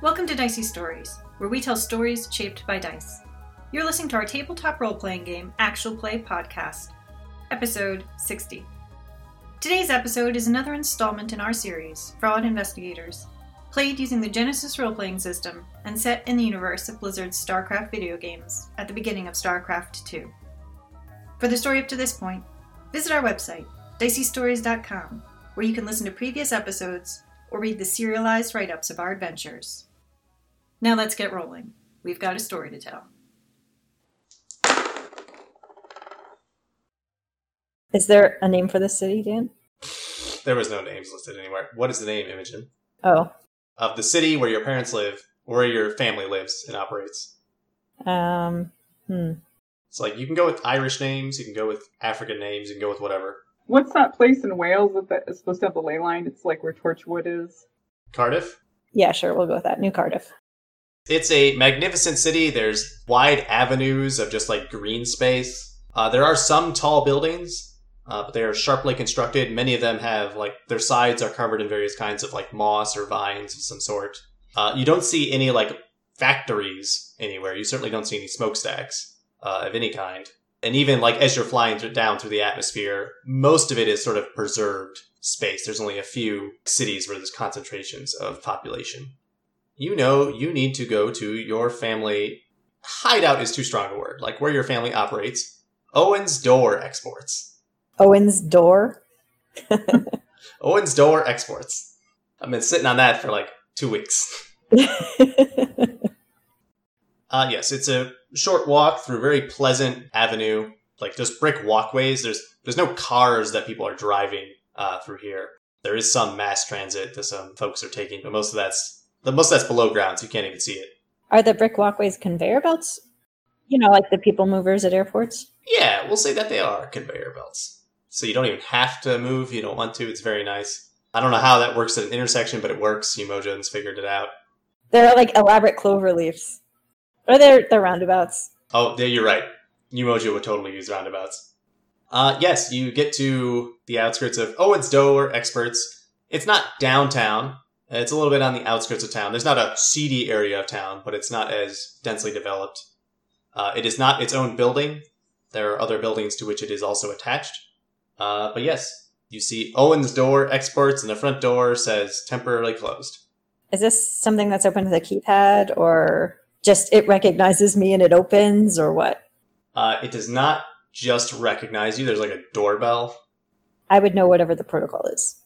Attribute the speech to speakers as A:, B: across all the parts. A: Welcome to Dicey Stories, where we tell stories shaped by dice. You're listening to our tabletop role playing game, Actual Play Podcast, episode 60. Today's episode is another installment in our series, Fraud Investigators, played using the Genesis role playing system and set in the universe of Blizzard's StarCraft video games at the beginning of StarCraft II. For the story up to this point, visit our website, diceystories.com, where you can listen to previous episodes or read the serialized write ups of our adventures. Now let's get rolling. We've got a story to tell.
B: Is there a name for the city, Dan?
C: There was no names listed anywhere. What is the name, Imogen?
B: Oh,
C: Of the city where your parents live, where your family lives and operates.
B: um, hmm.
C: It's like you can go with Irish names, you can go with African names, you can go with whatever.
D: What's that place in Wales that- that is supposed to have the ley line? It's like where Torchwood is.
C: Cardiff.
B: Yeah, sure, we'll go with that. New Cardiff.
C: It's a magnificent city. There's wide avenues of just like green space. Uh, there are some tall buildings, uh, but they are sharply constructed. Many of them have like their sides are covered in various kinds of like moss or vines of some sort. Uh, you don't see any like factories anywhere. You certainly don't see any smokestacks uh, of any kind. And even like as you're flying th- down through the atmosphere, most of it is sort of preserved space. There's only a few cities where there's concentrations of population you know you need to go to your family hideout is too strong a word like where your family operates owen's door exports
B: Owen's Door.
C: owen's door exports i've been sitting on that for like two weeks uh yes it's a short walk through very pleasant avenue like just brick walkways there's there's no cars that people are driving uh through here there is some mass transit that some folks are taking but most of that's the most of that's below ground so you can't even see it
B: Are the brick walkways conveyor belts? You know, like the people movers at airports?
C: Yeah, we'll say that they are conveyor belts. So you don't even have to move, you don't want to, it's very nice. I don't know how that works at an intersection, but it works. Umojan's figured it out.
B: They're like elaborate clover leaves. Or they're, they're roundabouts.
C: Oh, there you're right. Umoja would totally use roundabouts. Uh, yes, you get to the outskirts of Owen's Door Experts. It's not downtown. It's a little bit on the outskirts of town. There's not a seedy area of town, but it's not as densely developed. Uh, it is not its own building. There are other buildings to which it is also attached. Uh, but yes, you see Owen's Door Experts, and the front door says temporarily closed.
B: Is this something that's open to the keypad or just it recognizes me and it opens or what?
C: Uh, it does not just recognize you. There's like a doorbell
B: I would know whatever the protocol is.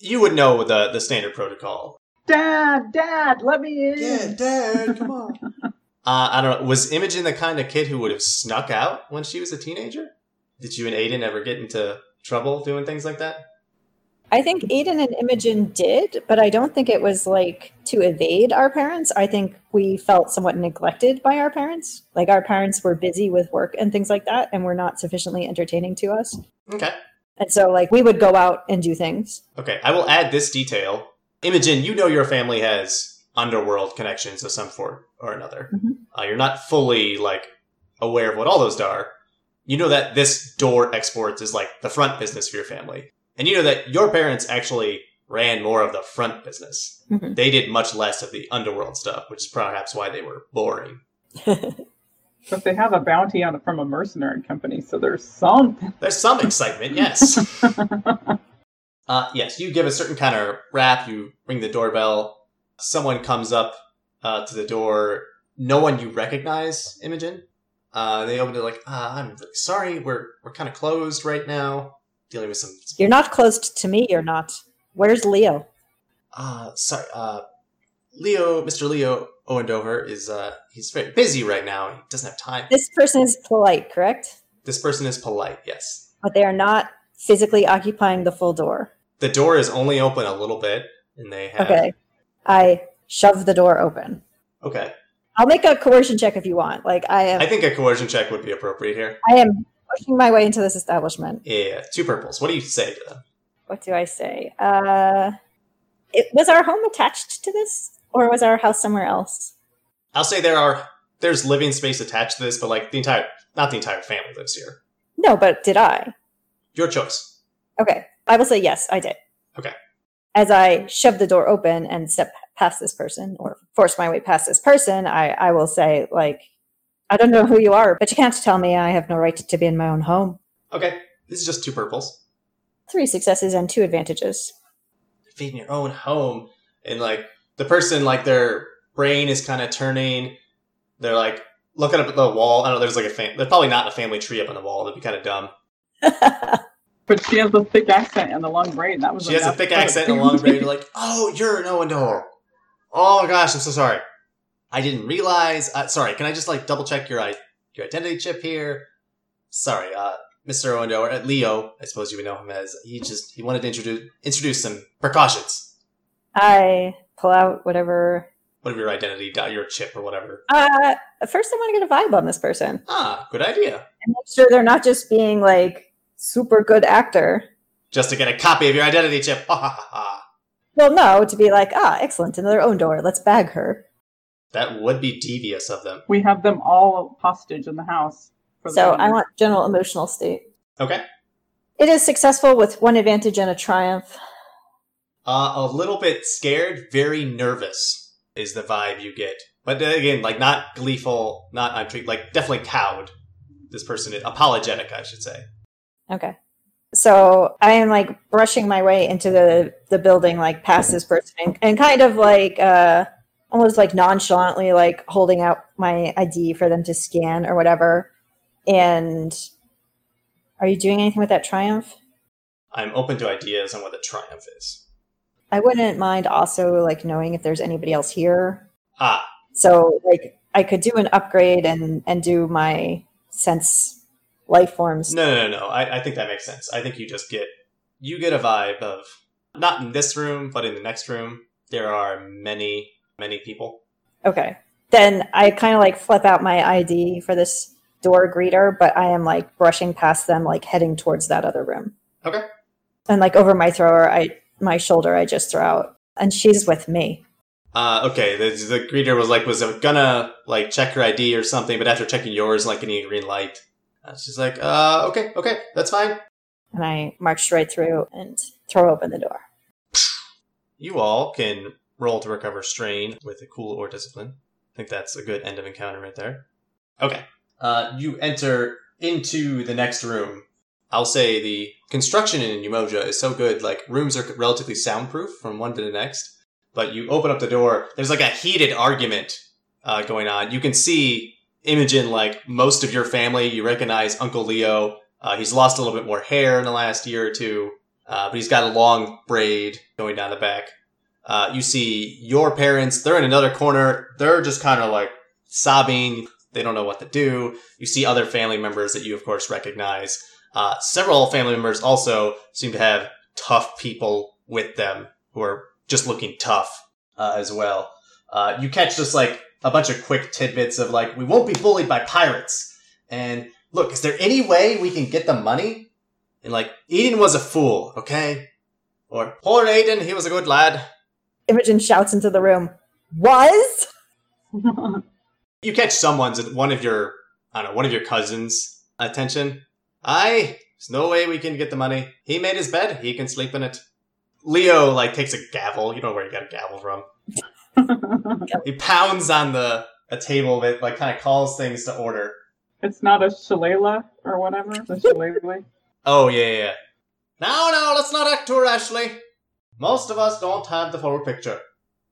C: you would know the the standard protocol.
D: Dad, Dad, let me in.
C: Dad, come on. Uh, I don't know. Was Imogen the kind of kid who would have snuck out when she was a teenager? Did you and Aiden ever get into trouble doing things like that?
B: I think Aiden and Imogen did, but I don't think it was like to evade our parents. I think we felt somewhat neglected by our parents. Like our parents were busy with work and things like that, and were not sufficiently entertaining to us.
C: Okay.
B: And so, like, we would go out and do things.
C: Okay. I will add this detail. Imogen, you know your family has underworld connections of some sort or another.
B: Mhm.
C: Uh, you're not fully like aware of what all those are. You know that this door exports is like the front business for your family, and you know that your parents actually ran more of the front business.
B: Mhm.
C: they did much less of the underworld stuff, which is perhaps why they were boring.
D: But they have a bounty on from a mercenary company, so there's something.
C: There's some excitement, yes. uh, yes, you give a certain kind of rap, you ring the doorbell, someone comes up uh, to the door, no one you recognize, Imogen. Uh, they open it like, uh, I'm really sorry, we're, we're kind of closed right now, dealing with some
B: You're not closed to me. You're not. Where's Leo?
C: uh sorry uh leo mr leo owendover is uh he's very busy right now he doesn't have time
B: This person is polite, correct?
C: this person is polite yes
B: But they are not physically occupying the full door.
C: The door is only open a little bit, and they have.
B: Okay. I shove the door open.
C: Okay.
B: I'll make a coercion check if you want. Like I am
C: I think a coercion check would be appropriate here.
B: I am pushing my way into this establishment.
C: Yeah, two purples. What do you say to them?
B: What do I say? Uh, it, was our home attached to this, or was our house somewhere else?
C: I'll say there are there's living space attached to this, but like the entire not the entire family lives here.
B: No, but did I?
C: Your choice.
B: Okay, I will say yes, I did.
C: Okay.
B: As I shove the door open and step past this person or force my way past this person, I, I will say, like, I don't know who you are, but you can't tell me I have no right to be in my own home.
C: Okay, this is just two purples.
B: Three successes and two advantages.
C: Feeding your own home, and like the person, like their brain is kind of turning. They're like looking up at the wall. I don't know. There's like a fam- there's probably not a family tree up on the wall. That'd be kind of dumb.
D: But she has a thick accent and a long braid. That was
C: She has a
D: enough.
C: thick accent and a long braid. You're like, oh, you're an Owendor. Oh gosh, I'm so sorry. I didn't realize. Uh, sorry, can I just like double check your i- your identity chip here? Sorry, uh, Mr. Owendor, uh, Leo. I suppose you would know him as. He just he wanted to introduce introduce some precautions.
B: I pull out whatever.
C: Whatever your identity, dot your chip or whatever.
B: Uh, first, I want to get a vibe on this person
C: Ah, good idea.
B: and make sure they're not just being like super good actor.
C: Just to get a copy of your identity chip. Ha ha ha. ha.
B: Well, no, to be like, ah, excellent, another own door. Let's bag her.
C: That would be devious of them.
D: We have them all hostage in the house. for the
B: So I
D: moment.
B: want general emotional state.
C: Okay.
B: It is successful with one advantage and a triumph.
C: Uh, a little bit scared, very nervous is the vibe you get. But then again, like not gleeful, not I'm treat like definitely cowed. This person is apologetic, I should say.
B: Okay. So I am like brushing my way into the, the building, like past this person, and, and kind of like uh, almost like nonchalantly, like holding out my ID for them to scan or whatever. And are you doing anything with that triumph?
C: I'm open to ideas on what the triumph is.
B: I wouldn't mind also like knowing if there's anybody else here.
C: Ah,
B: So like I could do an upgrade and and do my sense life forms.
C: no, no, no, no. I, I think that makes sense. I think you just get you get a vibe of not in this room, but in the next room. There are many, many people.
B: Okay. Then I kind of like flip out my ID for this door greeter, but I am like brushing past them, like heading towards that other room.
C: Okay.
B: And like over my thrower, I my shoulder, I just throw out, and she's with me.
C: Uh, okay, the, the greeter was like, was gonna like check her ID or something, but after checking yours, like any green light, uh, she's like, uh, okay, okay, that's fine.
B: And I marched right through and throw open the door.
C: You all can roll to recover strain with a cool or discipline. I think that's a good end of encounter right there. Okay. Uh, you enter into the next room. I'll say the construction in Umoja is so good, like, rooms are relatively soundproof from one to the next. But you open up the door, there's like a heated argument uh, going on. You can see Imogen, like, most of your family. You recognize Uncle Leo. Uh, he's lost a little bit more hair in the last year or two uh, but he's got a long braid going down the back. Uh, you see your parents, they're in another corner. They're just kind of like sobbing. They don't know what to do. You see other family members that you, of course, recognize. Uh, several family members also seem to have tough people with them who are just looking tough uh, as well. Uh, you catch just like a bunch of quick tidbits of like, we won't be bullied by pirates. And look, is there any way we can get the money? And like, Eden was a fool, okay? Or, poor Aiden, he was a good lad.
B: Imogen shouts into the room, "Was
C: You catch someone's, one of your, I don't know, one of your cousins' attention. Aye, there's no way we can get the money. He made his bed, he can sleep in it. Leo, like, takes a gavel. You know where he got a gavel from. He pounds on the, a table that, like, kind of calls things to order.
D: it's not a shillelagh or whatever. The shillelagh.
C: Oh, yeah, yeah, yeah. Now, now, let's not act too rashly. Most of us don't have the full picture.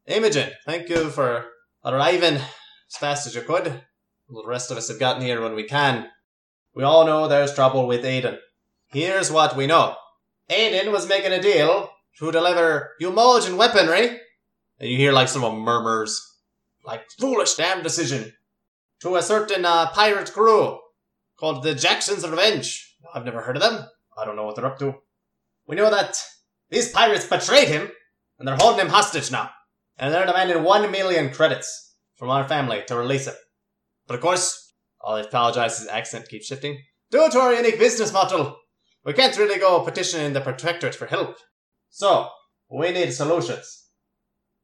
C: Imogen, thank you for arriving as fast as you could. The rest of us have gotten here when we can. We all know there's trouble with Aiden. Here's what we know. Aiden was making a deal to deliver Umogen weaponry. And you hear like someone murmurs, like foolish damn decision, to a certain uh, pirate crew called the Jackson's Revenge. I've never heard of them. I don't know what they're up to. We know that these pirates betrayed him, and they're holding him hostage now. And they're demanding one million credits from our family to release him. But of course, I'll apologize, his accent keeps shifting. Due to our unique business model, we can't really go petitioning the Protectorate for help. So, we need solutions.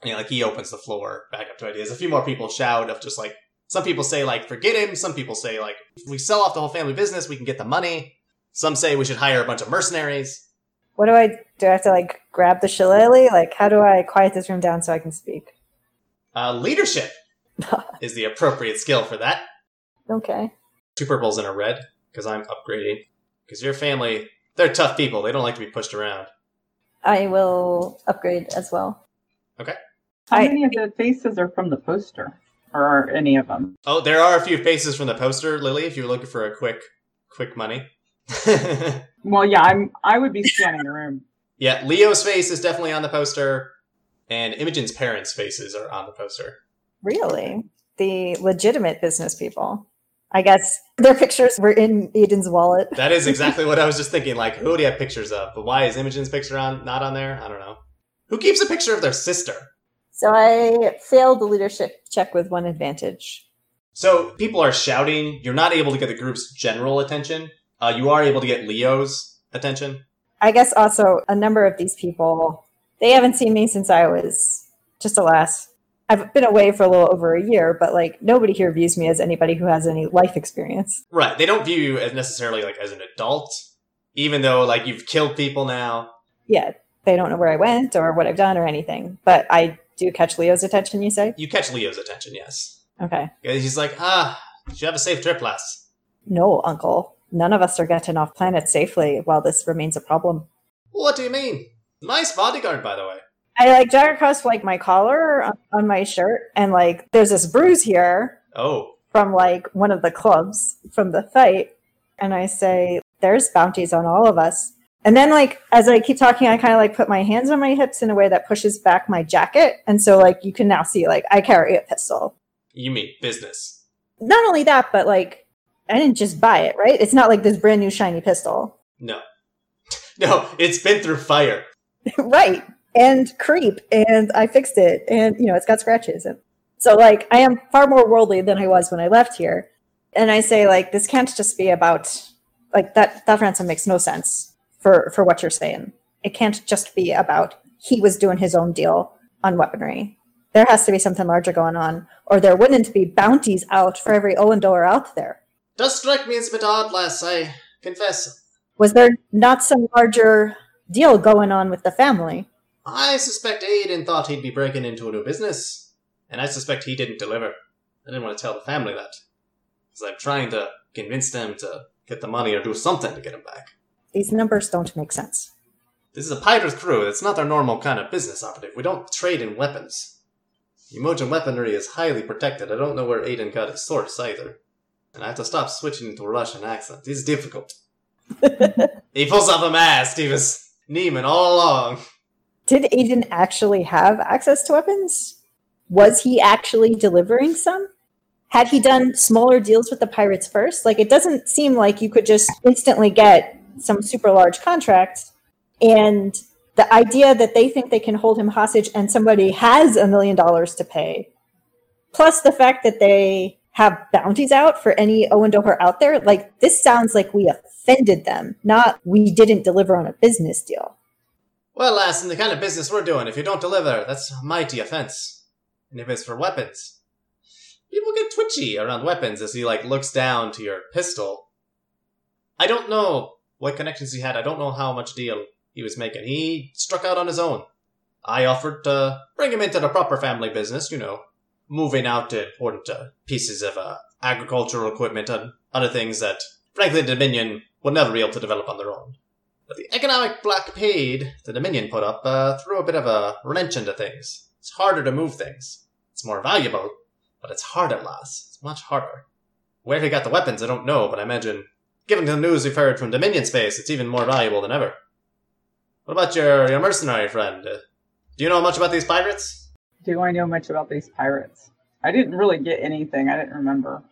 C: You know, like he opens the floor back up to ideas. A few more people shout of just like, some people say like, forget him. Some people say like, if we sell off the whole family business, we can get the money. Some say we should hire a bunch of mercenaries.
B: what do I do? I have to like grab the shillelagh? Like, how do I quiet this room down so I can speak?"
C: Uh, leadership is the appropriate skill for that.
B: Okay.
C: Two purples and a red because I'm upgrading. Because your family, they're tough people. They don't like to be pushed around.
B: I will upgrade as well.
D: How
B: I-
D: many of the faces are from the poster? Or are any of them?
C: Oh, there are a few faces from the poster, Lily. If you're looking for a quick, quick money.
D: Well, yeah, I'm. I would be scanning the room.
C: yeah, Leo's face is definitely on the poster, and Imogen's parents' faces are on the poster.
B: Really? The legitimate business people. I guess their pictures were in Eden's wallet.
C: That is exactly what I was just thinking. Like, who do you have pictures of? But why is Imogen's picture on not on there? I don't know. Who keeps a picture of their sister?
B: So I failed the leadership check with one advantage.
C: So people are shouting. You're not able to get the group's general attention. Uh, you are able to get Leo's attention.
B: I guess also a number of these people, they haven't seen me since I was just a lass. I've been away for a little over a year, but like nobody here views me as anybody who has any life experience.
C: Right. They don't view you as necessarily like as an adult, even though like you've killed people now.
B: Yeah, they don't know where I went or what I've done or anything, but I do catch Leo's attention, you say?
C: You catch Leo's attention, yes.
B: Okay.
C: He's like, ah, did you have a safe trip, lass?
B: No, uncle. None of us are getting off planet safely while this remains a problem.
C: What do you mean? Nice bodyguard, by the way.
B: I like drag across like my collar on, on my shirt, and like there's this bruise here
C: Oh,
B: from like one of the clubs from the fight, and I say there's bounties on all of us. And then like as I keep talking, I kind of like put my hands on my hips in a way that pushes back my jacket, and so like you can now see like I carry a pistol.
C: you mean business.
B: Not only that, but like I didn't just buy it, right? It's not like this brand new shiny pistol.
C: No. No, it's been through fire.
B: right and creep and i fixed it and you know it's got scratches and so like i am far more worldly than i was when i left here and i say like this can't just be about like that that ransom makes no sense for for what you're saying it can't just be about he was doing his own deal on weaponry there has to be something larger going on or there wouldn't be bounties out for every owendor out there
C: Does strike me as a bit odd, lass, I confess.
B: was there not some larger deal going on with the family
C: I suspect Aiden thought he'd be breaking into a new business, and I suspect he didn't deliver. I didn't want to tell the family that, because I'm trying to convince them to get the money or do something to get him back.
B: these numbers don't make sense
C: This is a pirate crew. That's not their normal kind of business operative. We don't trade in weapons. Emojin weaponry is highly protected. I don't know where Aiden got his source either. And I have to stop switching into a Russian accent. It's difficult. he pulls off a mask. He was Neiman all along.
B: Did Aiden actually have access to weapons? Was he actually delivering some? Had he done smaller deals with the pirates first? Like, it doesn't seem like you could just instantly get some super large contract. And the idea that they think they can hold him hostage and somebody has a million dollars to pay, plus the fact that they have bounties out for any Owen Doher out there, like, this sounds like we offended them, not we didn't deliver on a business deal.
C: Well, lass, in the kind of business we're doing, if you don't deliver, that's a mighty offense. And if it's for weapons, people get twitchy around weapons as he like looks down to your pistol. I don't know what connections he had. I don't know how much deal he was making. He struck out on his own. I offered to bring him into the proper family business, you know, moving out to important uh, pieces of uh, agricultural equipment and other things that, frankly, the Dominion will never be able to develop on their own. But the economic blockade the Dominion put up uh, threw a bit of a wrench into things. It's harder to move things. It's more valuable, but it's hard at last. It's much harder. Where he got the weapons, I don't know, but I imagine, given the news we've heard from Dominion space, it's even more valuable than ever. What about your, your mercenary friend? Uh, do you know much about these pirates?
D: Do I know much about these pirates? I didn't really get anything. I didn't remember.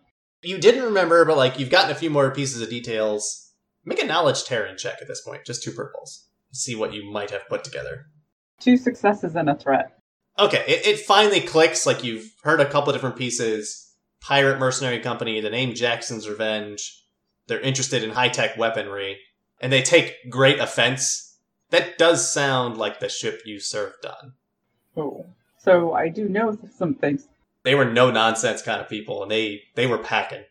C: You didn't remember, but like you've gotten a few more pieces of details. Make a knowledge Terran check at this point, just two purples. See what you might have put together.
D: Two successes and a threat.
C: Okay, it, it finally clicks. Like you've heard a couple of different pieces. Pirate mercenary company, the name Jackson's Revenge. They're interested in high tech weaponry, and they take great offense. That does sound like the ship you served on.
D: Oh. So I do know some things.
C: They were no nonsense kind of people, and they they were packing.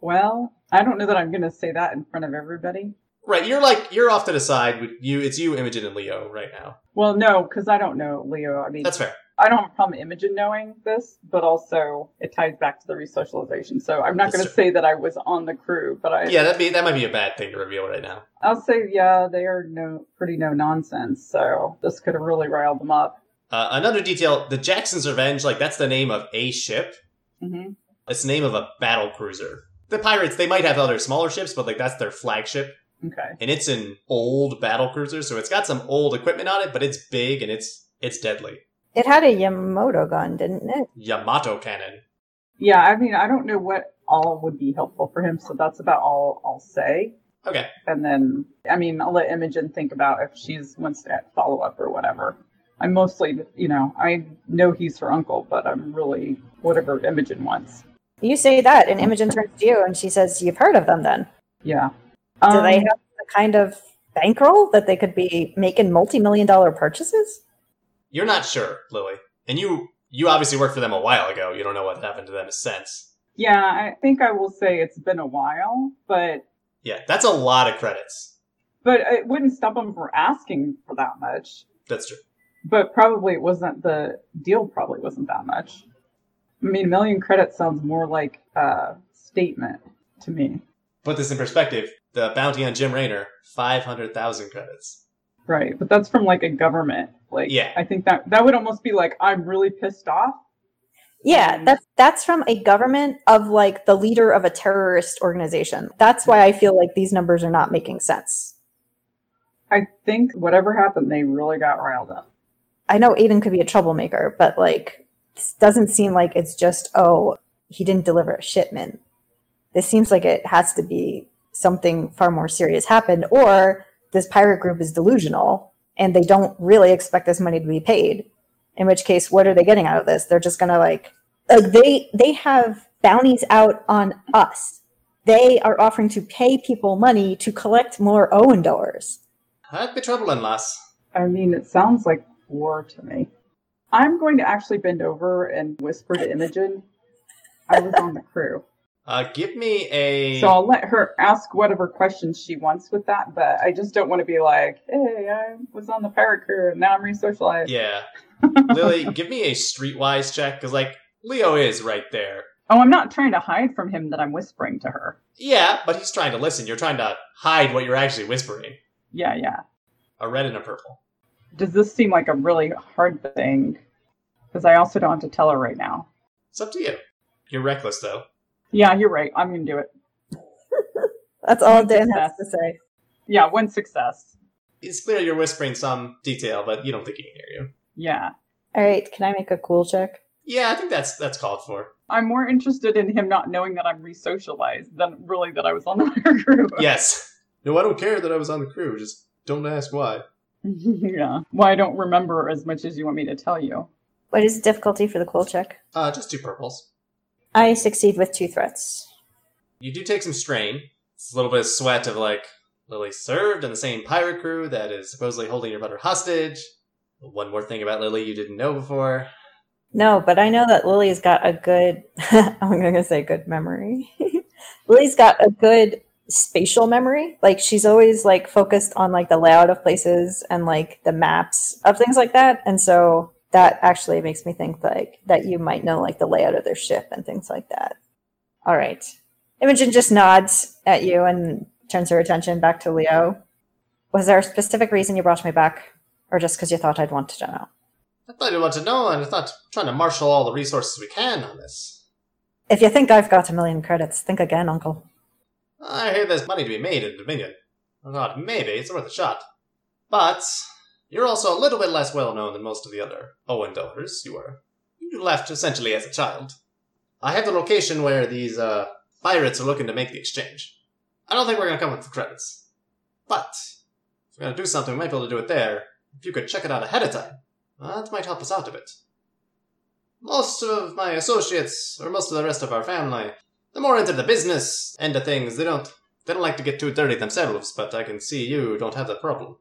D: Well, I don't know that I'm going to say that in front of everybody.
C: Right, you're like you're off to the side. with You, it's you, Imogen, and Leo right now.
D: Well, no, because I don't know Leo. I mean,
C: That's fair.
D: I don't have a problem Imogen knowing this, but also it ties back to the resocialization. So I'm not
C: Yes,
D: going to
C: sir.
D: say that I was on the crew, but I,
C: Yeah, that'd be that might be a bad thing to reveal right now.
D: I'll say, yeah, they are no pretty no nonsense. So this could have really riled them up.
C: Uh, another detail: the Jackson's Revenge, like that's the name of a ship.
D: hmm
C: It's the name of a battle cruiser. The pirates, they might have other smaller ships, but like that's their flagship,
D: Okay.
C: and it's an old battle cruiser, so it's got some old equipment on it, but it's big and it's it's deadly.
B: It had a Yamamoto gun, didn't it?
C: Yamato cannon.
D: Yeah, I mean, I don't know what all would be helpful for him, so that's about all I'll say.
C: Okay,
D: And then, I mean, I'll let Imogen think about if she's wants to follow up or whatever. I'm mostly, you know, I know he's her uncle, but I'm really whatever Imogen wants.
B: You say that, and Imogen turns to you and she says, "You've heard of them, then?
D: Yeah.
B: Do
D: Um,
B: they have the kind of bankroll that they could be making multi-million dollar purchases?"
C: you're not sure, Lily, and you you obviously worked for them a while ago. You don't know what happened to them since.
D: Yeah, I think I will say it's been a while, but
C: Yeah, that's a lot of credits.
D: but it wouldn't stop him for asking for that much.
C: That's true.
D: But probably it wasn't the deal. Probably wasn't that much. I mean, a million credits sounds more like a statement to me.
C: Put this in perspective: the bounty on Jim Raynor, five hundred thousand credits.
D: Right, but that's from like a government. Like,
C: Yeah.
D: I think that that would almost be like I'm really pissed off.
B: Yeah, that's that's from a government of like the leader of a terrorist organization. That's why I feel like these numbers are not making sense.
D: I think whatever happened, they really got riled up.
B: I know Aiden could be a troublemaker, but like this doesn't seem like it's just oh he didn't deliver a shipment. This seems like it has to be something far more serious happened, or this pirate group is delusional and they don't really expect this money to be paid. In which case, what are they getting out of this? They're just gonna like like they they have bounties out on us. They are offering to pay people money to collect more Owen doors.
C: I'd be troubling, lass.
D: I mean, it sounds like war to me. I'm going to actually bend over and whisper to Imogen. I was on the crew.
C: Uh, give me a.
D: So I'll let her ask whatever questions she wants with that, but I just don't want to be like, hey, I was on the pirate crew and now I'm resocialized.
C: yeah. Lily, give me a streetwise check, because, like, Leo is right there.
D: Oh, I'm not trying to hide from him that I'm whispering to her.
C: Yeah, but he's trying to listen. You're trying to hide what you're actually whispering.
D: Yeah, yeah.
C: A red and a purple.
D: Does this seem like a really hard thing? Because I also don't have to tell her right now.
C: It's up to you. You're reckless, though.
D: Yeah, you're right. I'm going to do it.
B: That's all Dan has to say.
D: Yeah, one success.
C: It's clear you're whispering some detail, but you don't think he can hear you.
D: Yeah.
B: All right, can I make a cool check?
C: Yeah, I think that's that's called for.
D: I'm more interested in him not knowing that I'm resocialized than really that I was on the pirate crew.
C: Yes. No, I don't care that I was on the crew. Just don't ask why.
D: yeah. Well, I don't remember as much as you want me to tell you.
B: What is the difficulty for the cool check?
C: Uh, just two purples.
B: I succeed with two threats.
C: You do take some strain. It's a little bit of sweat of like Lily served in the same pirate crew that is supposedly holding your brother hostage. One more thing about Lily you didn't know before.
B: No, but I know that Lily's got a good, I'm going to say good memory. Lily's got a good spatial memory. Like she's always like focused on like the layout of places and like the maps of things like that. And so that actually makes me think like that you might know like the layout of their ship and things like that. All right. Imogen just nods at you and turns her attention back to Leo. Was there a specific reason you brought me back or just because you thought I'd want to know?
C: I thought you wanted to know, and I thought trying to marshal all the resources we can on this.
B: If you think I've got a million credits, think again, Uncle.
C: I hear there's money to be made in Dominion. I thought maybe it's worth a shot. But you're also a little bit less well known than most of the other Owen daughters you were. You left essentially as a child. I have the location where these uh, pirates are looking to make the exchange. I don't think we're going to come up with credits. But if we're going to do something, we might be able to do it there. If you could check it out ahead of time, that might help us out a bit. Most of my associates, or most of the rest of our family, they're more into the business end of things. They don't they don't like to get too dirty themselves, but I can see you don't have that problem.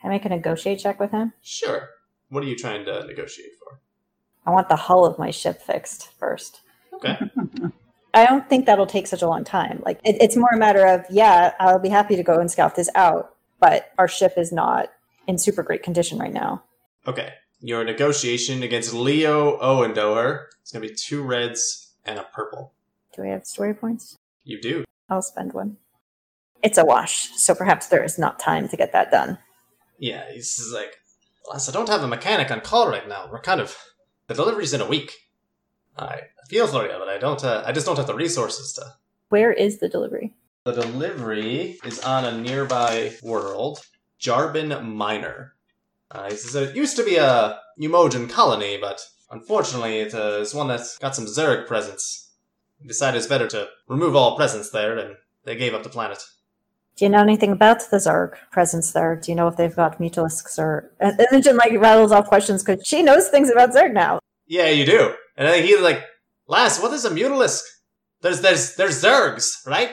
B: Can I make a negotiate check with him?
C: Sure. What are you trying to negotiate for?
B: I want the hull of my ship fixed first.
C: Okay.
B: I don't think that'll take such a long time. Like it, it's more a matter of yeah, I'll be happy to go and scout this out, but our ship is not in super great condition right now.
C: Okay. Your negotiation against Leo Owendoer. It's going to be two reds and a purple.
B: Do we have story points?
C: You do.
B: I'll spend one. It's a wash, so perhaps there is not time to get that done.
C: Yeah, he's just like, Lance, I don't have a mechanic on call right now. We're kind of. The delivery's in a week. I feel for you, but I don't. Uh, I just don't have the resources to.
B: Where is the delivery?
C: The delivery is on a nearby world, Jarbin Minor. Uh, he says it used to be a Eumojin colony, but unfortunately it uh, is one that's got some Zerg presence. We decided it's better to remove all presence there, and they gave up the planet.
B: Do you know anything about the Zerg presence there? Do you know if they've got mutalisks or? And Imogen like rattles off questions because she knows things about Zerg now.
C: Yeah, you do. And then he's like, Lass, what is a mutalisk? There's there's there's Zergs, right?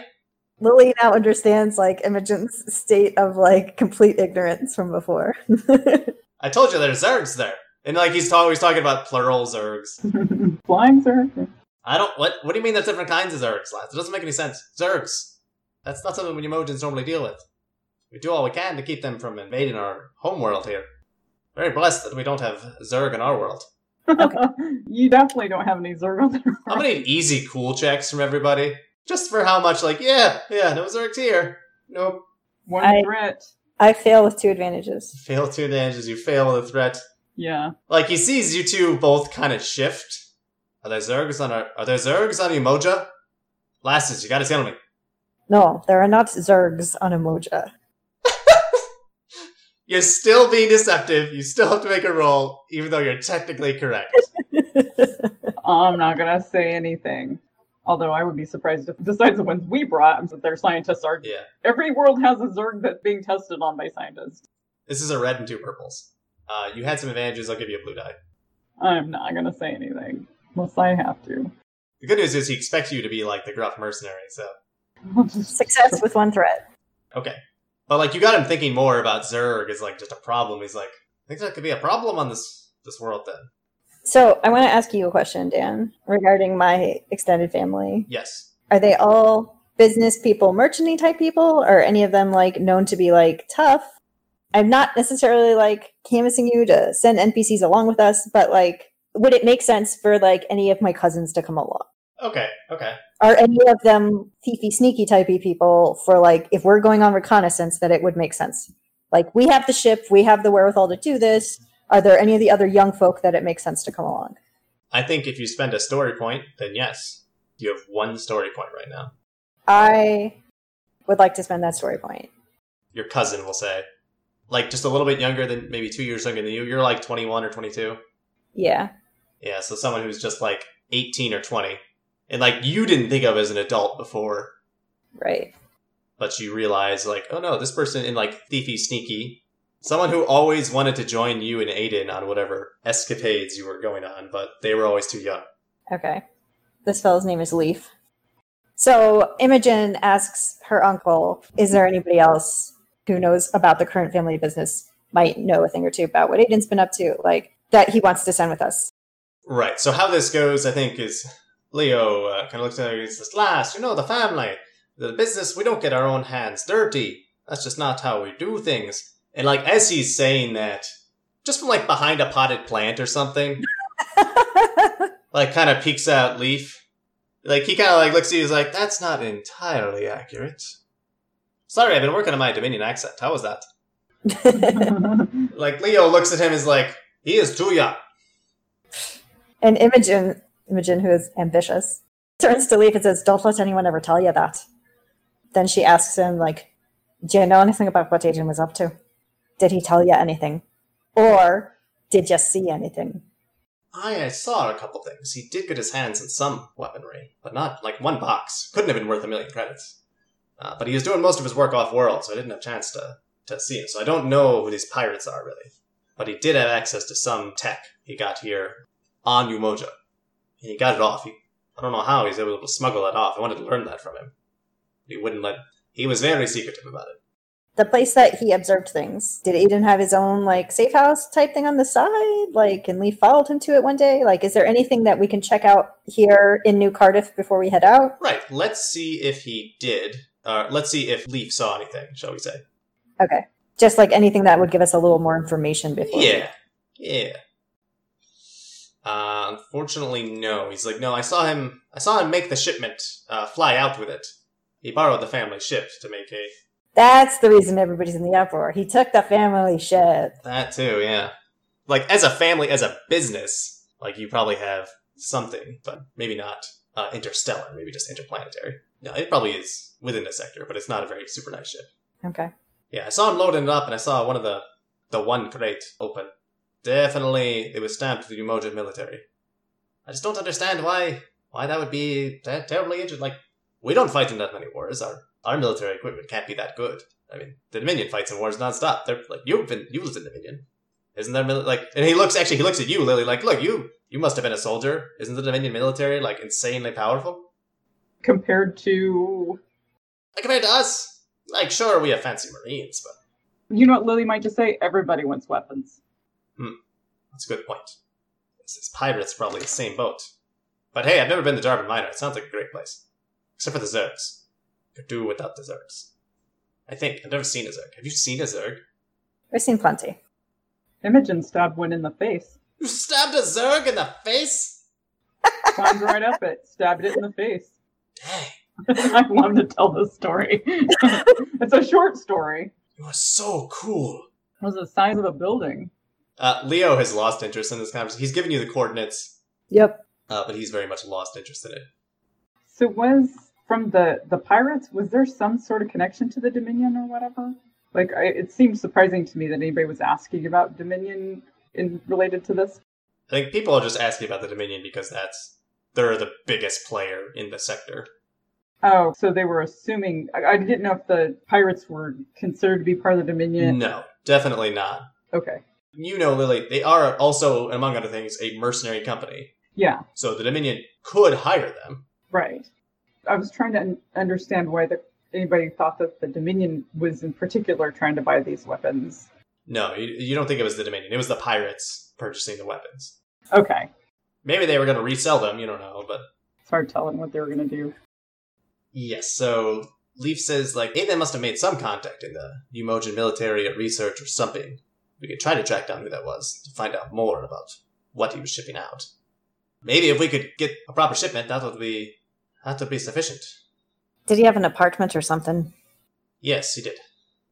B: Lily now understands like Imogen's state of like complete ignorance from before.
C: I told you there's Zergs there. And like he's always talking about plural Zergs.
D: Flying Zerg.
C: I don't what what do you mean there's different kinds of Zergs, Lass? It doesn't make any sense. Zergs. That's not something we Emojins normally deal with. We do all we can to keep them from invading our home world here. Very blessed that we don't have Zerg in our world.
D: you definitely don't have any Zerg on there.
C: I'm gonna need easy cool checks from everybody. Just for how much, like, yeah, yeah, no Zerg's here. Nope.
D: One
B: I-
D: threat.
B: I fail with two advantages.
C: Fail two advantages, you fail the threat.
D: Yeah.
C: Like he sees you two both kind of shift. Are there Zergs on our are there Zergs on Emoja? Lasses, you gotta tell me.
B: No, there are not Zergs on Emoja.
C: You're still being deceptive, you still have to make a roll, even though you're technically correct.
D: I'm not gonna say anything. Although I would be surprised if, besides the ones we brought, that their scientists are.
C: Yeah.
D: Every world has a Zerg that's being tested on by scientists.
C: This is a red and two purples. Uh, you had some advantages, I'll give you a blue die.
D: I'm not gonna say anything unless I have to.
C: The good news is he expects you to be like the gruff mercenary, so
D: I'll just-
B: Success with one threat.
C: Okay. But like you got him thinking more about Zerg as like just a problem. He's like, I think that could be a problem on this this world then.
B: So I want to ask you a question, Dan, regarding my extended family.
C: Yes.
B: Are they all business people, merchanty type people, or any of them like known to be like tough? I'm not necessarily like canvassing you to send NPCs along with us, but like, would it make sense for like any of my cousins to come along?
C: Okay, okay.
B: Are any of them thiefy, sneaky typey people for like, if we're going on reconnaissance, that it would make sense? Like, we have the ship, we have the wherewithal to do this. Are there any of the other young folk that it makes sense to come along?
C: I think if you spend a story point, then yes. You have one story point right now.
B: I would like to spend that story point.
C: Your cousin will say. Like just a little bit younger than maybe two years younger than you. You're like twenty one or twenty two.
B: Yeah.
C: Yeah, so someone who's just like eighteen or twenty. And like you didn't think of as an adult before,
B: Right.
C: but you realize like, oh no, this person in like thiefy sneaky, someone who always wanted to join you and Aiden on whatever escapades you were going on, but they were always too young.
B: Okay. This fellow's name is Leaf. So Imogen asks her uncle, is there anybody else who knows about the current family business, might know a thing or two about what Aiden's been up to, like that he wants to send with us?
C: Right. So how this goes, I think, is Leo uh, kind of looks at her and says, "Last, you know, the family, the business. We don't get our own hands dirty. That's just not how we do things." And like as he's saying that, just from like behind a potted plant or something, like kind of peeks out Leaf. Like he kind of like looks at you. He's like, "That's not entirely accurate." Sorry, I've been working on my Dominion accent. How was that?
B: and
C: Like Leo looks at him. Is like, "He is too young."
B: Imogen, Imogen, who is ambitious, turns to Leaf and says, Don't let anyone ever tell you that. Then she asks him, like, Do you know anything about what Aiden was up to? Did he tell you anything? Or did you see anything?
C: I, I saw a couple things. He did get his hands on some weaponry, but not like one box. Couldn't have been worth a million credits. Uh, but he was doing most of his work off world, so I didn't have a chance to, to see him. So I don't know who these pirates are, really. But he did have access to some tech he got here on Umoja. He got it off. He, I don't know how he was able to smuggle that off. I wanted to learn that from him. He wouldn't let. He was very secretive about it.
B: The place that he observed things. Did Aiden have his own like safe house type thing on the side? Like and Leaf followed him to it one day? Like is there anything that we can check out here in New Cardiff before we head out?
C: Right, let's see if he did. Uh, let's see if Leaf saw anything, shall we say.
B: Okay. Just like anything that would give us a little more information before. we-
C: Yeah. Yeah. Uh, unfortunately, no. He's like, no, I saw him. I saw him make the shipment uh, fly out with it. He borrowed the family ship to make a
B: That's the reason everybody's in the uproar. He took the family ship.
C: that too. Yeah, like as a family, as a business, like you probably have something, but maybe not uh, interstellar. Maybe just interplanetary. No, it probably is within the sector, but it's not a very super nice ship.
B: Okay.
C: Yeah, I saw him loading it up, and I saw one of the the one crate open. Definitely, it was stamped with the Umoja military. I just don't understand why why that would be that terribly injured. Like, we don't fight in that many wars. Our our military equipment can't be that good. I mean, the Dominion fights in wars nonstop. They're like you've been you lived in Dominion, isn't there? mili- Like, and he looks actually he looks at you, Lily. Like, look, you you must have been a soldier. Isn't the Dominion military like insanely powerful?
D: compared to
C: Like compared to us, like sure we have fancy marines, but
D: you know what Lily might just say? Everybody wants weapons.
C: That's a good point. This is pirates probably the same boat. But hey, I've never been to Darwin Minor. It sounds like a great place. Except for the Zergs. Could do without the Zergs. I think. I've never seen a Zerg. Have you seen a Zerg?
B: We've seen plenty.
D: Imogen stabbed one in the face.
C: You stabbed a Zerg in the face?
D: Climbed right up it, stabbed it in the face.
C: Dang,
D: I love to tell this story. it's a short story.
C: you are so cool.
D: It was the size of a building.
C: Uh, Leo has lost interest in this conversation. He's given you the coordinates,
B: Yep.
C: uh, but he's very much lost interest in it.
D: So was from the the pirates? Was there some sort of connection to the Dominion or whatever? Like I, it seemed surprising to me that anybody was asking about Dominion in related to this.
C: I think people are just asking about the Dominion because that's they're the biggest player in the sector.
D: Oh, so they were assuming. I, I didn't know if the pirates were considered to be part of the Dominion.
C: No, definitely not.
D: Okay.
C: You know, Lily, they are also, among other things, a mercenary company.
D: Yeah.
C: So the Dominion could hire them.
D: Right. I was trying to un- understand why the, anybody thought that the Dominion was in particular trying to buy these weapons.
C: No, you, you don't think it was the Dominion. It was the pirates purchasing the weapons.
D: Okay.
C: Maybe they were going to resell them. You don't know, but
D: It's hard telling what they were going to do.
C: yes. So Leaf says, like, hey, they must have made some contact in the Umojan military or research or something. We could try to track down who that was to find out more about what he was shipping out. Maybe if we could get a proper shipment, that would be that would be sufficient.
B: Did he have an apartment or something?
C: Yes, he did.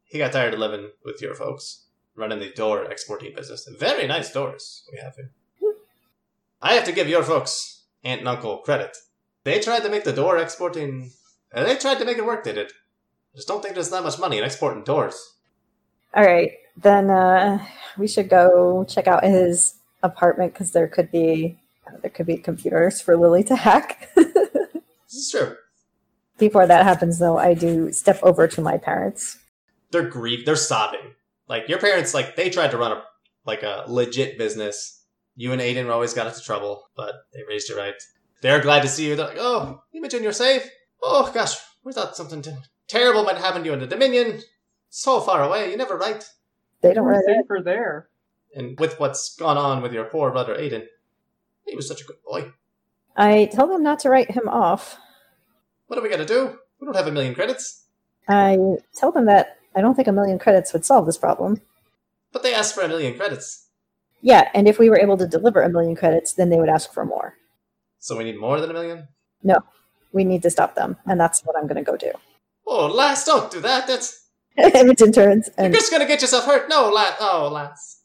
C: He got tired of living with your folks, running the door and exporting business. Very nice doors we have here. I have to give your folks, aunt and uncle, credit. They tried to make the door exporting. uh, They tried to make it work, they did. I just don't think there's that much money in exporting doors.
B: All right. Then uh, we should go check out his apartment because there could be there could be computers for Lily to hack.
C: This is true.
B: Before that happens, though, I do step over to my parents.
C: They're grief. They're sobbing. Like, your parents, like, they tried to run a, like, a legit business. You and Aiden always got into trouble, but they raised you right. They're glad to see you. They're like, oh, Imogen, you're safe. Oh, gosh, we thought something te- terrible might happen to you in the Dominion. So far away, you never right.
B: They don't
D: We're
B: write it.
D: safer there.
C: And with what's gone on with your poor brother Aiden, he was such a good boy.
B: I tell them not to write him off.
C: What are we gonna do? We don't have a million credits.
B: I tell them that I don't think a million credits would solve this problem.
C: But they asked for a million credits.
B: Yeah, and if we were able to deliver a million credits, then they would ask for more.
C: So we need more than a million?
B: We need to stop them, and that's what I'm going to go do.
C: Oh, lass, don't do that. That's
B: Imogen turns
C: You're
B: and
C: just gonna get yourself hurt. No, lad. Oh, lads.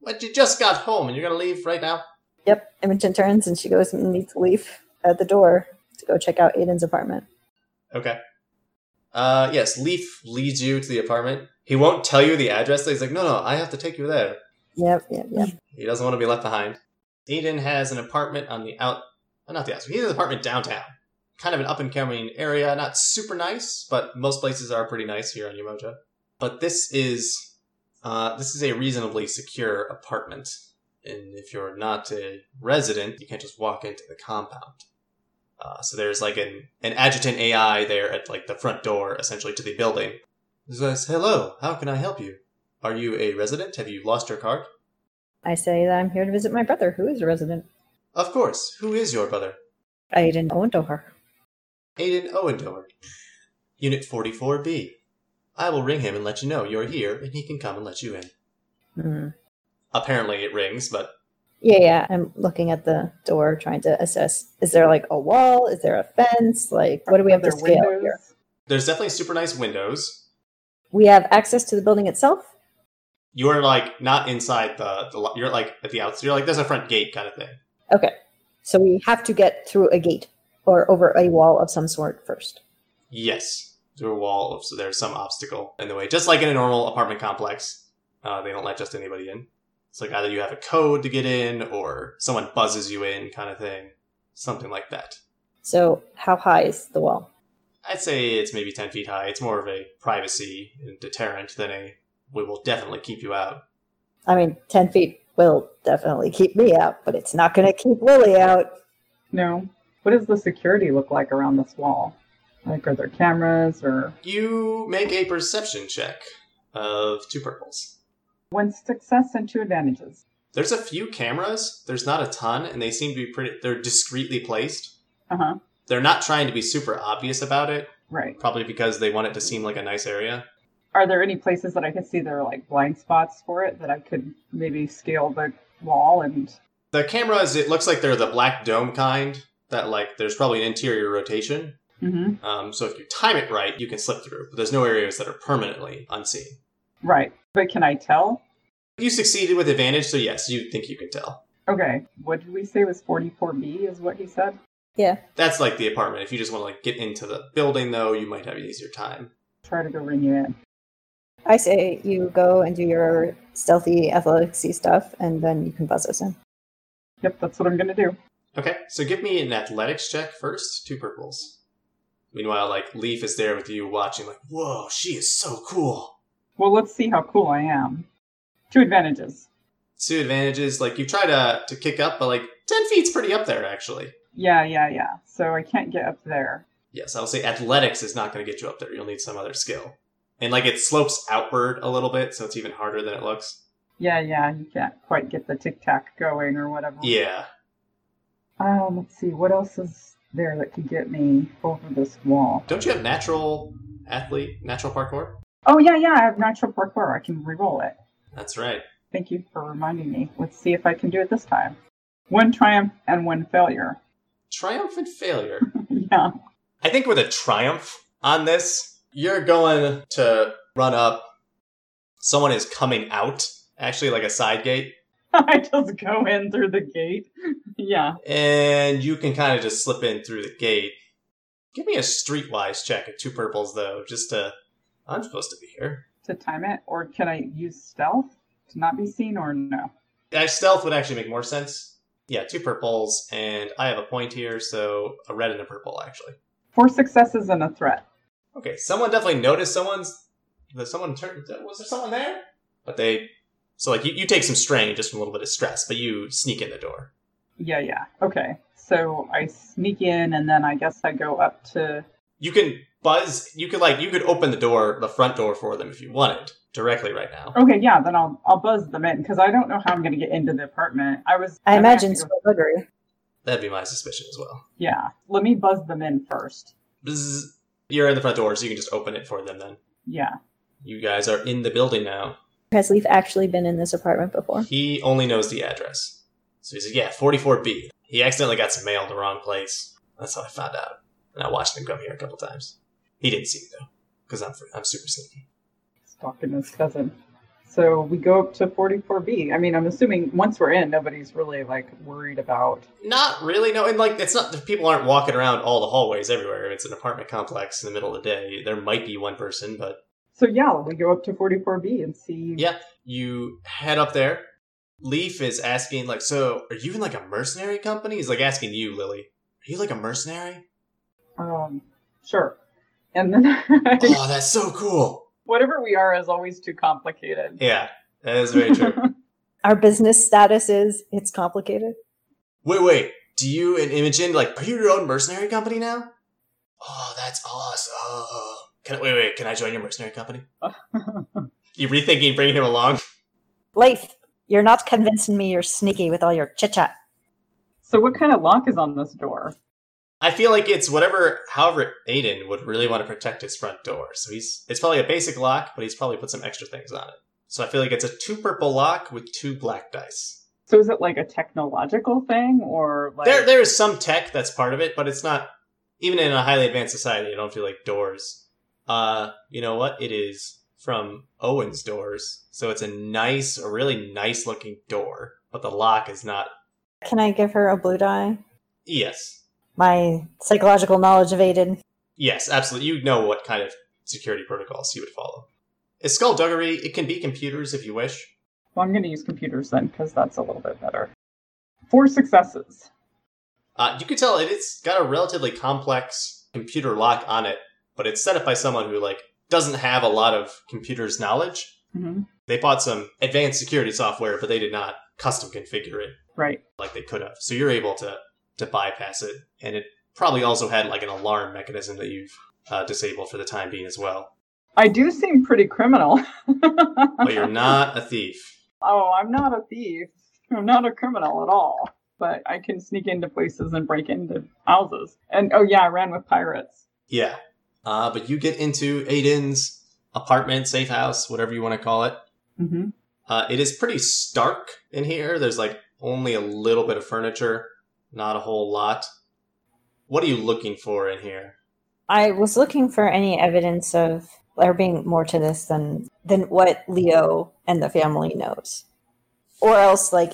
C: But you just got home and you're gonna leave right now?
B: yep, Imogen turns and she goes and needs to leave at the door to go check out Aiden's apartment.
C: Okay. Uh, yes, Leaf leads you to the apartment. He won't tell you the address. He's like, no, no, I have to take you there.
B: Yep, yep, yep.
C: He doesn't want to be left behind. Aiden has an apartment on the out. uh, Not the out. He has an apartment downtown. Kind of an up and coming area. Not super nice, but most places are pretty nice here on Umoja. But this is. Uh, this is a reasonably secure apartment. And if you're not a resident, you can't just walk into the compound. Uh, so there's like an, an adjutant AI there at like the front door, essentially, to the building. He says, Hello, how can I help you? Are you a resident? Have you lost your card?
B: I say that I'm here to visit my brother, who is a resident.
C: Of course. Who is your brother?
B: Aiden Owendoher.
C: Aiden Owendower. Unit 44B. I will ring him and let you know you're here, and he can come and let you in.
B: Hmm.
C: Apparently it rings, but
B: Yeah, yeah. I'm looking at the door, trying to assess: is there like a wall? Is there a fence? Like, what do we
D: Are
B: have to
D: there
B: scale
D: windows?
B: here?
C: There's definitely super nice windows.
B: We have access to the building itself.
C: You're like not inside the, the lo- you're like at the outside. You're like there's a front gate kind of thing.
B: Okay, so we have to get through a gate or over a wall of some sort first.
C: Yes, through a wall, so there's some obstacle in the way. Just like in a normal apartment complex, uh, they don't let just anybody in. It's like either you have a code to get in, or someone buzzes you in, kind of thing, something like that.
B: So, how high is the wall?
C: I'd say it's maybe ten feet high. It's more of a privacy and deterrent than a we will definitely keep you out.
B: I mean, ten feet will definitely keep me out, but it's not going to keep Lily out.
D: No. What does the security look like around this wall? Like, are there cameras or
C: You make a perception check of two purples.
D: one success and two advantages?
C: There's a few cameras. There's not a ton, and they seem to be pretty. They're discreetly placed.
D: Uh
B: Uh-huh.
D: huh.
C: They're not trying to be super obvious about it.
D: Right.
C: probably because they want it to seem like a nice area.
D: Are there any places that I could see there are like blind spots for it that I could maybe scale the wall and
C: The cameras, it looks like they're the black dome kind that like there's probably an interior rotation.
B: Mm-hmm.
D: Mhm.
C: Um, so if you time it right, you can slip through. But there's no areas that are permanently unseen.
D: right? But can I tell?
C: You succeeded with advantage, so yes, you think you can tell.
D: Okay. What did we say was 44B? Is what he said.
B: Yeah,
C: That's like the apartment. If you just want to like get into the building, though, you might have an easier time.
D: Try to go renew it.
B: I say you go and do your stealthy athleticsy stuff, and then you can buzz us in.
D: Yep, that's what I'm gonna do.
C: Okay, so give me an athletics check first. Two purples. Meanwhile, like Leaf is there with you, watching. Like, whoa, she is so cool.
D: Well, let's see how cool I am. Two advantages.
C: two advantages. Like you try to to kick up, but like ten feet's pretty up there actually.
D: Yeah, yeah, yeah. So I can't get up there.
C: Yes, I'll say athletics is not going to get you up there. You'll need some other skill, and like it slopes outward a little bit, so it's even harder than it looks.
D: Yeah, yeah, you can't quite get the tic tac going or whatever.
C: Yeah,
D: Um, let's see, what else is there that could get me over this wall?
C: don't you have natural athlete, natural parkour?
D: Oh, yeah, yeah, I have natural parkour. I can reroll it.
C: That's right.
D: Thank you for reminding me. Let's see if I can do it this time. One triumph and one failure.
C: Triumphant failure.
D: yeah.
C: I think with a triumph on this, you're going to run up. Someone is coming out, actually, like a side gate,
D: I just go in through the gate. yeah.
C: and you can kind of just slip in through the gate. Give me a streetwise check at two purples, though, just to. I'm supposed to be here.
D: To time it, or can I use stealth to not be seen, or no?
C: Uh, Stealth would actually make more sense. Yeah, two purples, and I have a point here, so a red and a purple, actually.
D: Four successes and a threat.
C: Okay, someone definitely noticed someone's. That someone turned. Was there someone there? But they. So, like, you, you take some strain just from a little bit of stress, but you sneak in the door.
D: Yeah, yeah. Okay. So I sneak in, and then I guess I go up to
C: You can buzz. You could, like, you could open the door, the front door for them if you wanted, directly right now.
D: Okay, yeah, then I'll I'll buzz them in because I don't know how I'm gonna get into the apartment. I was
B: I
D: I'm gonna have
B: imagine
D: to go-
B: skullduggery.
C: That'd be my suspicion as well.
D: yeah, let me buzz them in first.
C: Bzz. You're in the front door, so you can just open it for them then.
D: Yeah,
C: You guys are in the building now.
B: Has Leaf actually been in this apartment before?
C: He only knows the address. So he says, Yeah, 44B. He accidentally got some mail in the wrong place. That's how I found out. And I watched him come here a couple times. He didn't see me, though, because I'm, fr- I'm super sneaky.
D: stalking his cousin. So we go up to 44B. I mean, I'm assuming once we're in, nobody's really like worried about.
C: Not really, no. And, like, it's not, people aren't walking around all the hallways everywhere. It's an apartment complex in the middle of the day. There might be one person, but
D: So yeah, we go up to 44B and see.
C: Yeah. you head up there. Leaf is asking, like, so are you in like a mercenary company? He's like asking you, Lily. Are you like a mercenary?
D: Um, sure. And then
C: oh, that's so cool.
D: whatever we are is always too complicated.
C: Yeah, that is very true.
B: Our business status is it's complicated.
C: wait, wait. Do you and Imogen like are you your own mercenary company now? Oh, that's awesome. Can I, wait, wait. Can I join your mercenary company? You rethinking bringing him along?
B: Leif, you're not convincing me you're sneaky with all your chit chat.
D: so what kind of lock is on this door?
C: I feel like it's whatever. However, Aiden would really want to protect his front door, so he's it's probably a basic lock, but he's probably put some extra things on it. So I feel like it's a two purple lock with two black dice.
D: So is it like a technological thing or like
C: there, there is some tech that's part of it, but it's not even in a highly advanced society. You don't feel like doors. Uh, you know what? It is from Owen's Doors, so it's a nice, a really nice looking door, but the lock is not.
B: Can I give her a blue die?
C: Yes,
B: My psychological knowledge of Aiden.
C: yes, absolutely. You know what kind of security protocols you would follow. It's skullduggery. It can be computers if you wish.
D: Well, I'm going to use computers then because that's a little bit better. Four successes.
C: Uh, you can tell it, it's got a relatively complex computer lock on it, but it's set up by someone who like doesn't have a lot of computers knowledge.
D: hmm
C: They bought some advanced security software, but they did not custom configure it
D: Right.
C: like they could have. So you're able to to bypass it, and it probably also had like an alarm mechanism that you've uh, disabled for the time being as well.
D: I do seem pretty criminal. but
C: But you're not a thief.
D: Oh, I'm not a thief. I'm not a criminal at all. But I can sneak into places and break into houses. And oh yeah, I ran with pirates.
C: Yeah. Uh, but you get into Aiden's apartment, safe house, whatever you want to call it.
D: Mm-hmm.
C: Uh, it is pretty stark in here. There's like only a little bit of furniture, not a whole lot. What are you looking for in here?
B: I was looking for any evidence of there being more to this than than what Leo and the family knows, or else like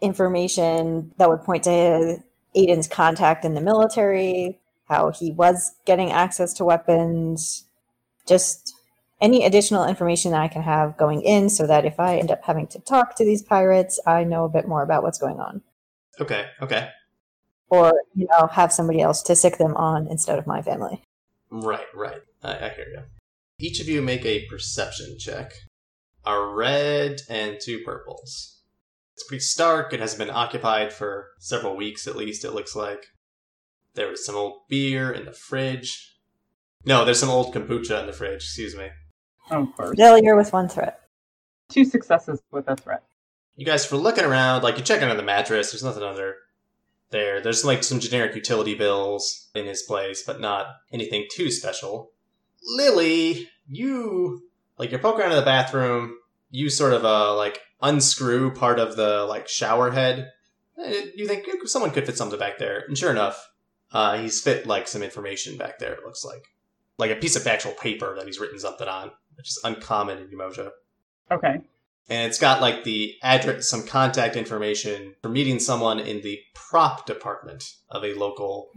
B: information that would point to Aiden's contact in the military, how he was getting access to weapons, just any additional information that I can have going in, so that if I end up having to talk to these pirates, I know a bit more about what's going on,
C: Okay, okay.
B: or you know, have somebody else to sick them on instead of my family.
C: Right, right. I, I hear you. Each of you make a perception check a red and two purples. It's pretty stark. It hasn't been occupied for several weeks at least, it looks like. There was some old beer in the fridge. No, there's some old kombucha in the fridge, excuse me.
D: Oh, of course.
B: Failure with one threat.
D: Two successes with a threat.
C: you guys were looking around, like you check under the mattress. There's nothing under there. There's like some generic utility bills in his place, but not anything too special. Lily, you like you're poking around in the bathroom. You sort of uh like unscrew part of the like shower head. Eh, You think eh, someone could fit something back there, and sure enough, uh, he's fit like some information back there. It looks like like a piece of actual paper that he's written something on, which is uncommon in Umoja
D: Okay.
C: and it's got like the address, some contact information for meeting someone in the prop department of a local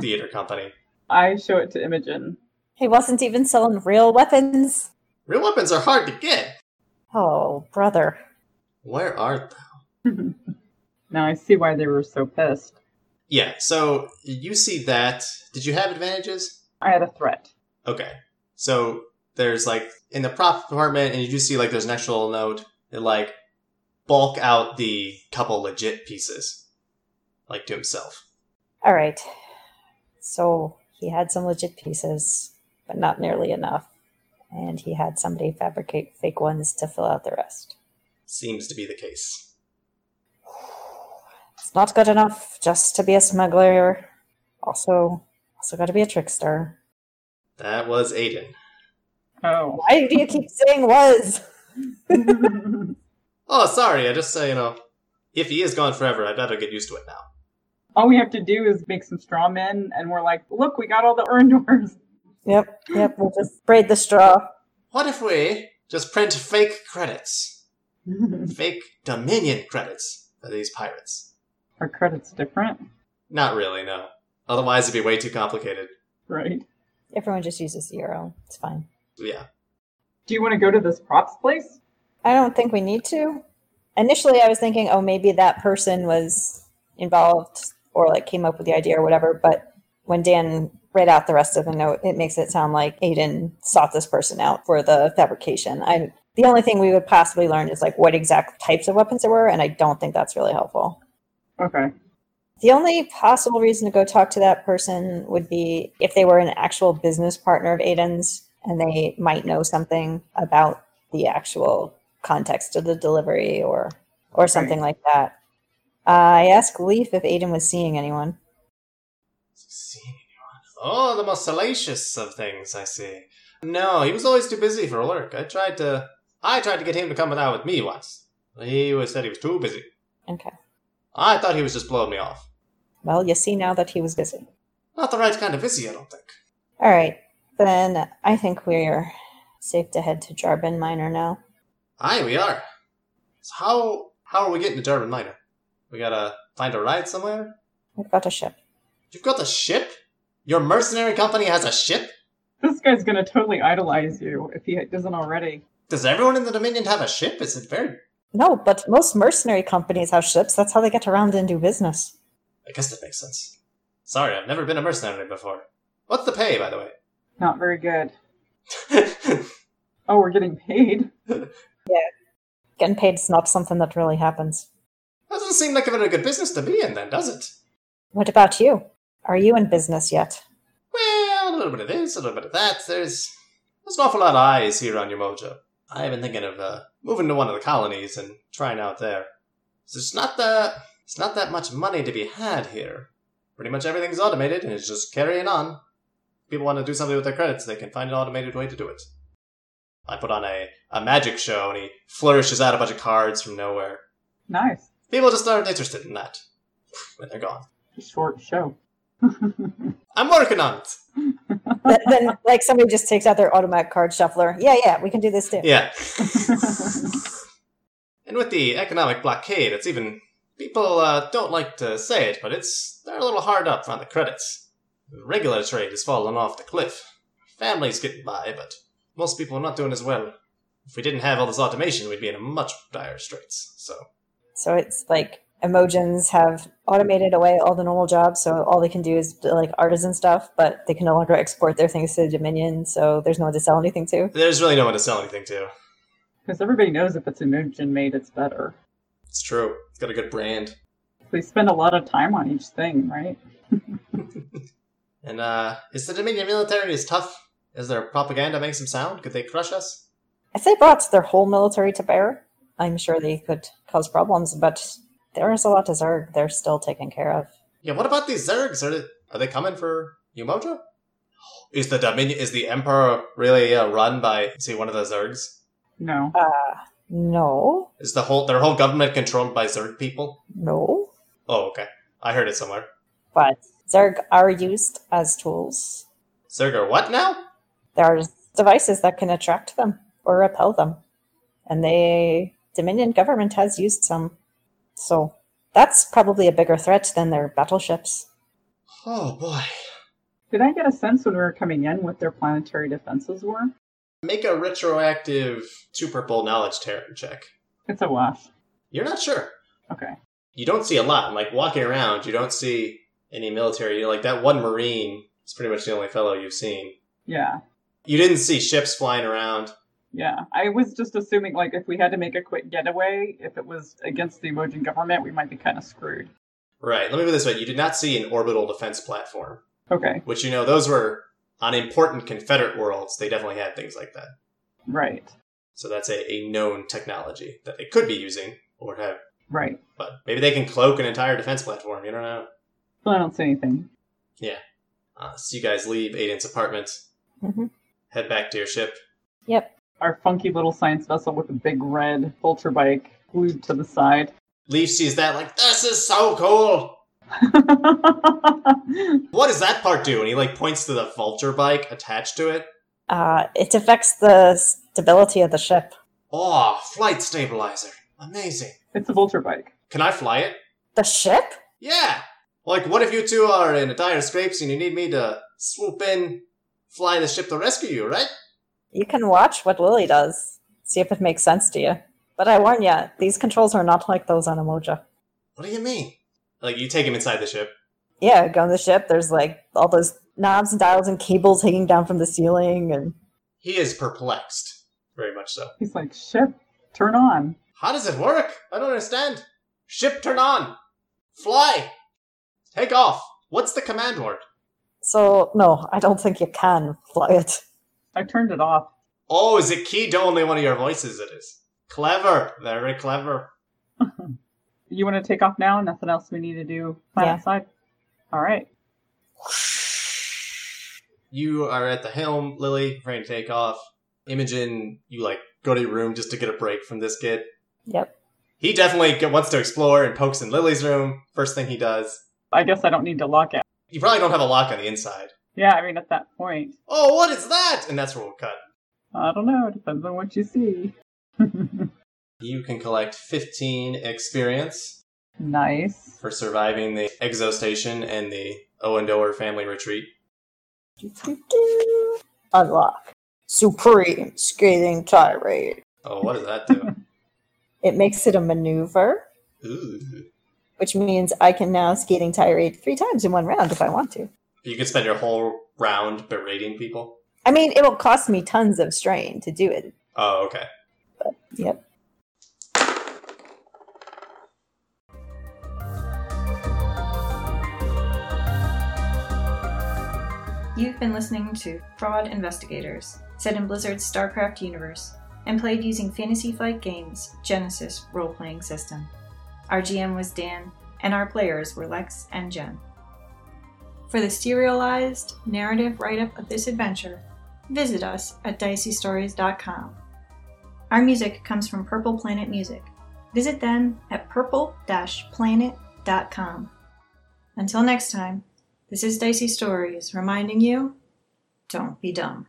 C: theater company.
D: I show it to Imogen.
B: He wasn't even selling real weapons.
C: Real weapons are hard to get.
B: Oh, brother.
C: Where are? Th-
D: now I see why they were so pissed.
C: yeah, so you see that. Did you have advantages?
D: I had a threat.
C: Okay, so there's like in the prop department, and you do see like there's an actual note that like bulk out the couple legit pieces, like to himself.
B: All right. So he had some legit pieces, but not nearly enough. And he had somebody fabricate fake ones to fill out the rest.
C: Seems to be the case.
B: It's not good enough just to be a smuggler. Also, also got to be a trickster.
C: That was Aiden.
D: Oh.
B: Why do you keep saying was?
C: Oh, sorry. I just say, you know, if he is gone forever, I better get used to it now.
D: all we have to do is make some straw men, and we're like, look, we got all the urn doors.
B: Yep, yep. We'll just braid the straw.
C: What if we just print fake credits? Fake Dominion credits for these pirates?
D: Are credits different?
C: Not really, no. Otherwise, it'd be way too complicated.
D: Right.
B: Everyone just uses zero. It's fine.
C: Yeah.
D: Do you want to go to this props place?
B: I don't think we need to. Initially, I was thinking, oh, maybe that person was involved or like came up with the idea or whatever. But when Dan read out the rest of the note, it makes it sound like Aiden sought this person out for the fabrication. I the only thing we would possibly learn is like what exact types of weapons there were, and I don't think that's really helpful.
D: Okay.
B: The only possible reason to go talk to that person would be if they were an actual business partner of Aiden's and they might know something about the actual context of the delivery or or something like that. Uh, I asked Leaf if Aiden was seeing anyone.
C: Seeing anyone? Oh, the most salacious of things, I see. No, he was always too busy for work. I tried to. I tried to get him to come out with me once. He was said he was too busy.
B: Okay.
C: I thought he was just blowing me off.
B: Well, you see now that he was busy.
C: Not the right kind of busy, I don't think.
B: All right. Then I think we're safe to head to Jarbin Minor now.
C: Aye, we are. So how how are we getting to Darwin Minor? We gotta find a ride somewhere.
B: We've got a ship.
C: You've got a ship. Your mercenary company has a ship.
D: This guy's gonna totally idolize you if he doesn't already.
C: Does everyone in the Dominion have a ship? Is it very?
B: No, but most mercenary companies have ships. That's how they get around and do business.
C: I guess that makes sense. Sorry, I've never been a mercenary before. What's the pay, by the
D: Not very good.
C: way?
D: Oh, we're getting paid.
B: Getting paid is not something that really happens.
C: That doesn't seem like a very good business to be in, then, does it?
B: What about you? Are you in business yet?
C: Well, a little bit of this, a little bit of that. There's there's an awful lot of eyes here on your mojo. I've been thinking of uh, moving to one of the colonies and trying out there. So it's not that it's not that much money to be had here. Pretty much everything's automated, and it's just carrying on. If people want to do something with their credits, they can find an automated way to do it. I put on a, a magic show, and he flourishes out a bunch of cards from nowhere.
D: Nice.
C: People just aren't interested in that when they're gone.
D: Short show.
C: I'm working on it.
B: Th- then, like, somebody just takes out their automatic card shuffler. Yeah, yeah, we can do this too.
C: Yeah. and with the economic blockade, it's even people uh, don't like to say it, but it's they're a little hard up on the credits. The regular trade has fallen off the cliff. Families get by, but most people are not doing as well. If we didn't have all this automation, we'd be in a much dire straits. So
B: So it's like emojins have automated away all the normal jobs, so all they can do is like artisan stuff, but they can no longer export their things to the Dominion, so there's no one to sell anything to.
C: there's really no one to sell anything to.
D: Because everybody knows if it's emotion made, it's better.
C: It's true. It's got a good brand.
D: They spend a lot of time on each thing, right?
C: And uh, is the Dominion military as tough as their propaganda makes them sound? Could they crush us?
B: If they brought their whole military to bear, I'm sure they could cause problems, but there is a lot of Zerg they're still taking care of.
C: Yeah, what about these Zergs? Are they, are they coming for Umoja? Is the Dominion, is the Emperor really uh, run by, see, one of the Zergs?
D: No.
B: Uh, no,
C: Is the whole, their whole government controlled by Zerg people?
B: no,
C: Oh, okay. I heard it somewhere.
B: but Zerg are used as tools.
C: Zerg are what now?
B: There are devices that can attract them or repel them, and the Dominion government has used some. So that's probably a bigger threat than their battleships.
C: Oh boy.
D: Did I get a sense when we were coming in what their planetary defenses were?
C: Make a retroactive two purple knowledge Terran check.
D: It's a wash.
C: You're not sure.
D: Okay.
C: You don't see a lot. Like walking around, you don't see any military. You're like that one Marine is pretty much the only fellow you've seen.
D: Yeah.
C: You didn't see ships flying around.
D: Yeah. I was just assuming, like, if we had to make a quick getaway, if it was against the Emojin government, we might be kind of screwed.
C: Right. Let me put it this way: you did not see an orbital defense platform,
D: Okay.
C: which you know those were on important Confederate worlds. They definitely had things like that.
D: Right.
C: So that's a, a known technology that they could be using or have.
D: Right.
C: But maybe they can cloak an entire defense platform. You don't know.
D: Well, I don't see anything.
C: Uh, so you guys leave Aiden's apartment,
B: Mhm.
C: head back to your ship.
B: Yep.
D: Our funky little science vessel with a big red vulture bike glued to the side.
C: Leaf sees that like this is so cool. What does that part do? And he like points to the vulture bike attached to it.
B: Uh, it affects the stability of the ship.
C: Oh, flight stabilizer. Amazing.
D: it's a vulture bike.
C: Can I fly it?
B: The ship?
C: Yeah. Like, what if you two are in dire scrapes and you need me to swoop in, fly the ship to rescue you, right?
B: You can watch what Lily does, see if it makes sense to you. But I warn you, these controls are not like those on Emoja.
C: What do you mean? Like, you take him inside the ship.
B: Yeah, go on the ship. There's like all those knobs and dials and cables hanging down from the ceiling, and
C: He is perplexed. Very much so.
D: He's like, ship, turn on.
C: How does it work? I don't understand. Ship turn on. Fly. Take off. What's the command word?
B: so no, I don't think you can fly it.
D: I turned it off.
C: Oh, is it keyed to only one of your voices? It is. Clever. Very clever.
D: You want to take off now? Nothing else we need to do? Fly
B: Yeah.
D: outside. All right.
C: You are at the helm, Lily, trying to take off. Imogen, you like go to your room just to get a break from this kid.
B: Yep.
C: He definitely g- wants to explore and pokes in Lily's room. First thing he does.
D: I guess I don't need to lock it.
C: You probably don't have a lock on the inside.
D: Yeah, I mean, at that point,
C: Oh, what is that? And that's where we'll cut.
D: I don't know. It depends on what you see.
C: You can collect 15 experience
D: nice.
C: for surviving the Exo Station and the Owendower family retreat.
B: Do-do-do. Unlock. Supreme scathing tirade.
C: Oh, what does that do?
B: It makes it a maneuver,
C: Ooh.
B: which means I can now scathing tirade three times in one round if I want to.
C: You could spend your whole round berating people.
B: I mean, it'll cost me tons of strain to do it.
C: Oh, okay.
B: Yep.
A: You've been listening to Fraud Investigators, set in Blizzard's StarCraft universe, and played using Fantasy Flight Games' Genesis role playing system. Our GM was Dan, and our players were Lex and Jen. For the serialized narrative write up of this adventure, visit us at diceystories.com. Our music comes from Purple Planet Music. Visit them at purple planet.com. Until next time, this is Dicey Stories reminding you don't be dumb.